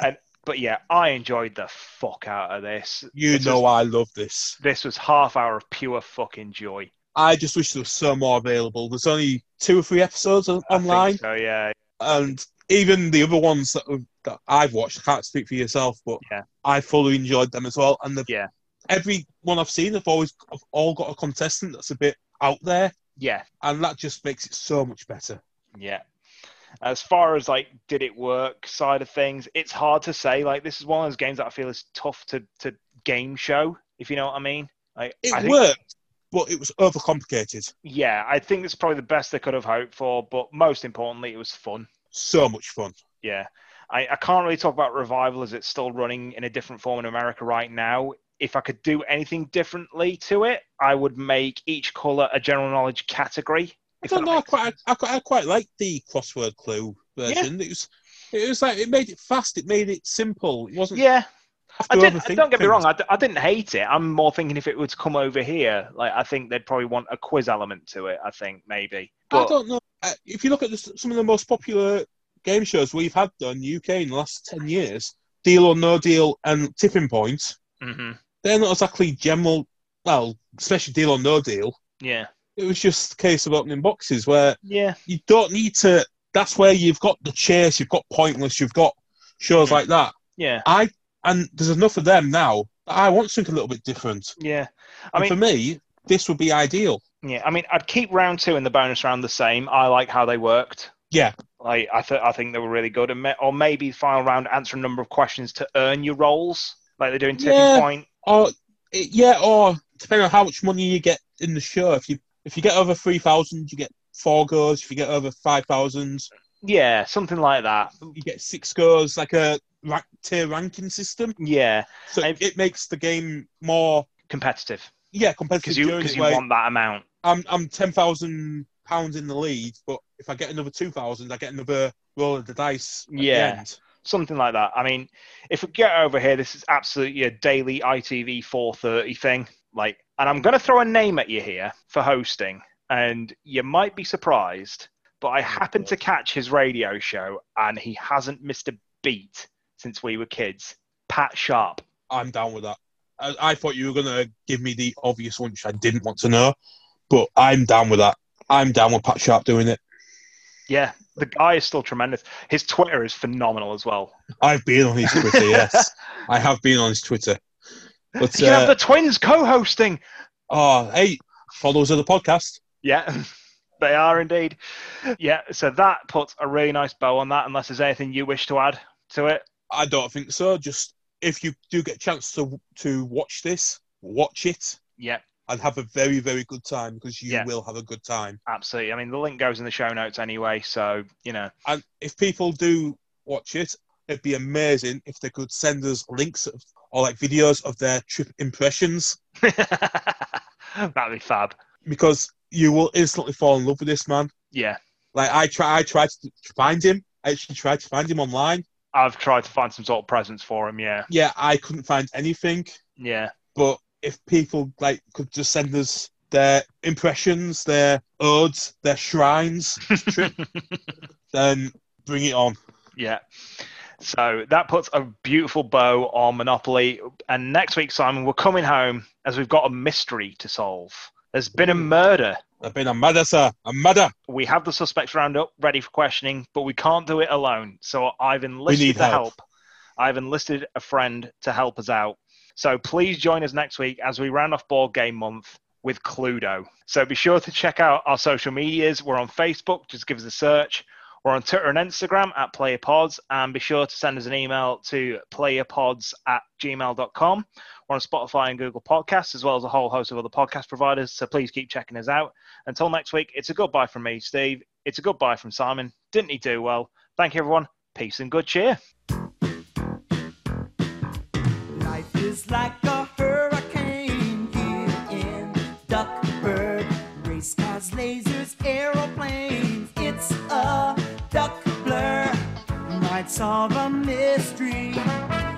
Speaker 3: and but yeah, I enjoyed the fuck out of this.
Speaker 4: You
Speaker 3: This
Speaker 4: know
Speaker 3: was-
Speaker 4: I love this.
Speaker 3: This was half hour of pure fucking joy.
Speaker 4: I just wish there was so more available. There's only two or three episodes on-
Speaker 3: I think
Speaker 4: online,
Speaker 3: So yeah,
Speaker 4: and even the other ones that, have- that I've watched, I can't speak for yourself, but
Speaker 3: Yeah.
Speaker 4: I fully enjoyed them as well. And the,
Speaker 3: Yeah.
Speaker 4: every one I've seen, they've always have all got a contestant that's a bit out there,
Speaker 3: yeah,
Speaker 4: and that just makes it so much better.
Speaker 3: Yeah. As far as like did it work side of things, it's hard to say. Like this is one of those games that I feel is tough to to game show, if you know what I mean. Like
Speaker 4: It
Speaker 3: I think,
Speaker 4: worked, but it was overcomplicated.
Speaker 3: Yeah, I think it's probably the best they could have hoped for, but most importantly it was fun.
Speaker 4: So much fun.
Speaker 3: Yeah. I, I can't really talk about revival as it's still running in a different form in America right now. If I could do anything differently to it, I would make each colour a general knowledge category.
Speaker 4: I
Speaker 3: if
Speaker 4: don't
Speaker 3: that
Speaker 4: know. I
Speaker 3: makes
Speaker 4: quite, I, quite, I quite like the crossword clue version. It was, it was like it made it fast. It made it simple. It wasn't.
Speaker 3: Yeah,
Speaker 4: have
Speaker 3: I
Speaker 4: to
Speaker 3: did,
Speaker 4: overthink
Speaker 3: don't get me
Speaker 4: things.
Speaker 3: wrong. I, d- I didn't hate it. I'm more thinking if it were to come over here, like I think they'd probably want a quiz element to it. I think maybe.
Speaker 4: I
Speaker 3: But
Speaker 4: don't know. Uh, If you look at the, some of the most popular game shows we've had done in the UK in the last ten years, Deal or No Deal and Tipping Point,
Speaker 3: Mhm.
Speaker 4: they're not exactly general. Well, especially Deal or No Deal.
Speaker 3: yeah,
Speaker 4: It was just a case of opening boxes where
Speaker 3: yeah,
Speaker 4: you don't need to. That's where you've got the chase. You've got Pointless. You've got shows
Speaker 3: Mhm.
Speaker 4: like that.
Speaker 3: yeah,
Speaker 4: I and there's enough of them now. that I want something a little bit different.
Speaker 3: yeah. I
Speaker 4: And
Speaker 3: mean,
Speaker 4: for me, this would be ideal.
Speaker 3: yeah. I mean, I'd keep round two and the bonus round the same. I like how they worked.
Speaker 4: Yeah.
Speaker 3: Like I th- I think they were really good, and ma- or maybe final round answer a number of questions to earn your roles, like they're doing tipping
Speaker 4: Yeah.
Speaker 3: point.
Speaker 4: Or eh, yeah, or depending on how much money you get in the show. If you if you get over three thousand, you get four goes. If you get over five thousand,
Speaker 3: Yeah, something like that.
Speaker 4: you get six goes. Like a rank, tier ranking system.
Speaker 3: Yeah,
Speaker 4: So
Speaker 3: I've-
Speaker 4: it makes the game more
Speaker 3: competitive
Speaker 4: yeah
Speaker 3: because
Speaker 4: competitive.
Speaker 3: you
Speaker 4: during
Speaker 3: because
Speaker 4: the
Speaker 3: you
Speaker 4: way.
Speaker 3: want that amount.
Speaker 4: I'm I'm ten thousand pounds in the lead, but if I get another two thousand, I get another roll of the dice. At
Speaker 3: Yeah.
Speaker 4: The end.
Speaker 3: something like that. I mean, if we get over here, this is absolutely a daily ITV 4:30 thing. Like, and I'm going to throw a name at you here for hosting, and you might be surprised, but I happened to catch his radio show, and he hasn't missed a beat since we were kids. Pat Sharp.
Speaker 4: I'm down with that. I, I thought you were going to give me the obvious one, which I didn't want to know, but I'm down with that. I'm down with Pat Sharp doing it.
Speaker 3: Yeah, the guy is still tremendous. His Twitter is phenomenal as well.
Speaker 4: I've been on his Twitter, yes. I have been on his Twitter. But
Speaker 3: you have the
Speaker 4: uh,
Speaker 3: twins co-hosting.
Speaker 4: oh, hey, followers of the podcast.
Speaker 3: Yeah, they are indeed. Yeah, so that puts a really nice bow on that. Unless there's anything you wish to add to it.
Speaker 4: I don't think so. Just if you do get a chance to to watch this, watch it
Speaker 3: Yeah,
Speaker 4: and have a very very good time because you
Speaker 3: Yeah.
Speaker 4: will have a good time.
Speaker 3: absolutely. I mean, the link goes in the show notes anyway, so you know.
Speaker 4: And if people do watch it, it'd be amazing if they could send us links of, or like videos of their trip impressions
Speaker 3: That'd be fab.
Speaker 4: because you will instantly fall in love with this man.
Speaker 3: Yeah,
Speaker 4: Like I try, I tried to find him. I actually tried to find him online.
Speaker 3: I've tried to find some sort of presents for him. Yeah,
Speaker 4: Yeah, I couldn't find anything.
Speaker 3: yeah,
Speaker 4: But if people like could just send us their impressions, their odes, their shrines, then bring it on.
Speaker 3: yeah. So that puts a beautiful bow on Monopoly. And next week, Simon, we're coming home as we've got a mystery to solve. There's been a murder.
Speaker 4: I've been a madder, sir. A madder.
Speaker 3: we have the suspects roundup ready for questioning, but we can't do it alone. So I've enlisted
Speaker 4: need
Speaker 3: the help.
Speaker 4: help.
Speaker 3: I've enlisted a friend to help us out. So please join us next week as we round off board game month with Cluedo. So be sure to check out our social medias. We're on Facebook, just give us a search. We're on Twitter and Instagram at PlayerPods, and be sure to send us an email to playerpods at gmail.com. We're on Spotify and Google Podcasts, as well as a whole host of other podcast providers, so please keep checking us out. Until next week, it's a goodbye from me, Steve. It's a goodbye from Simon. Didn't he do well? Thank you, everyone. Peace and good cheer.
Speaker 1: Life is like a hurricane here in Duckburg. Race cars, lasers, aeroplanes. It's a duck blur. Nights are a mystery.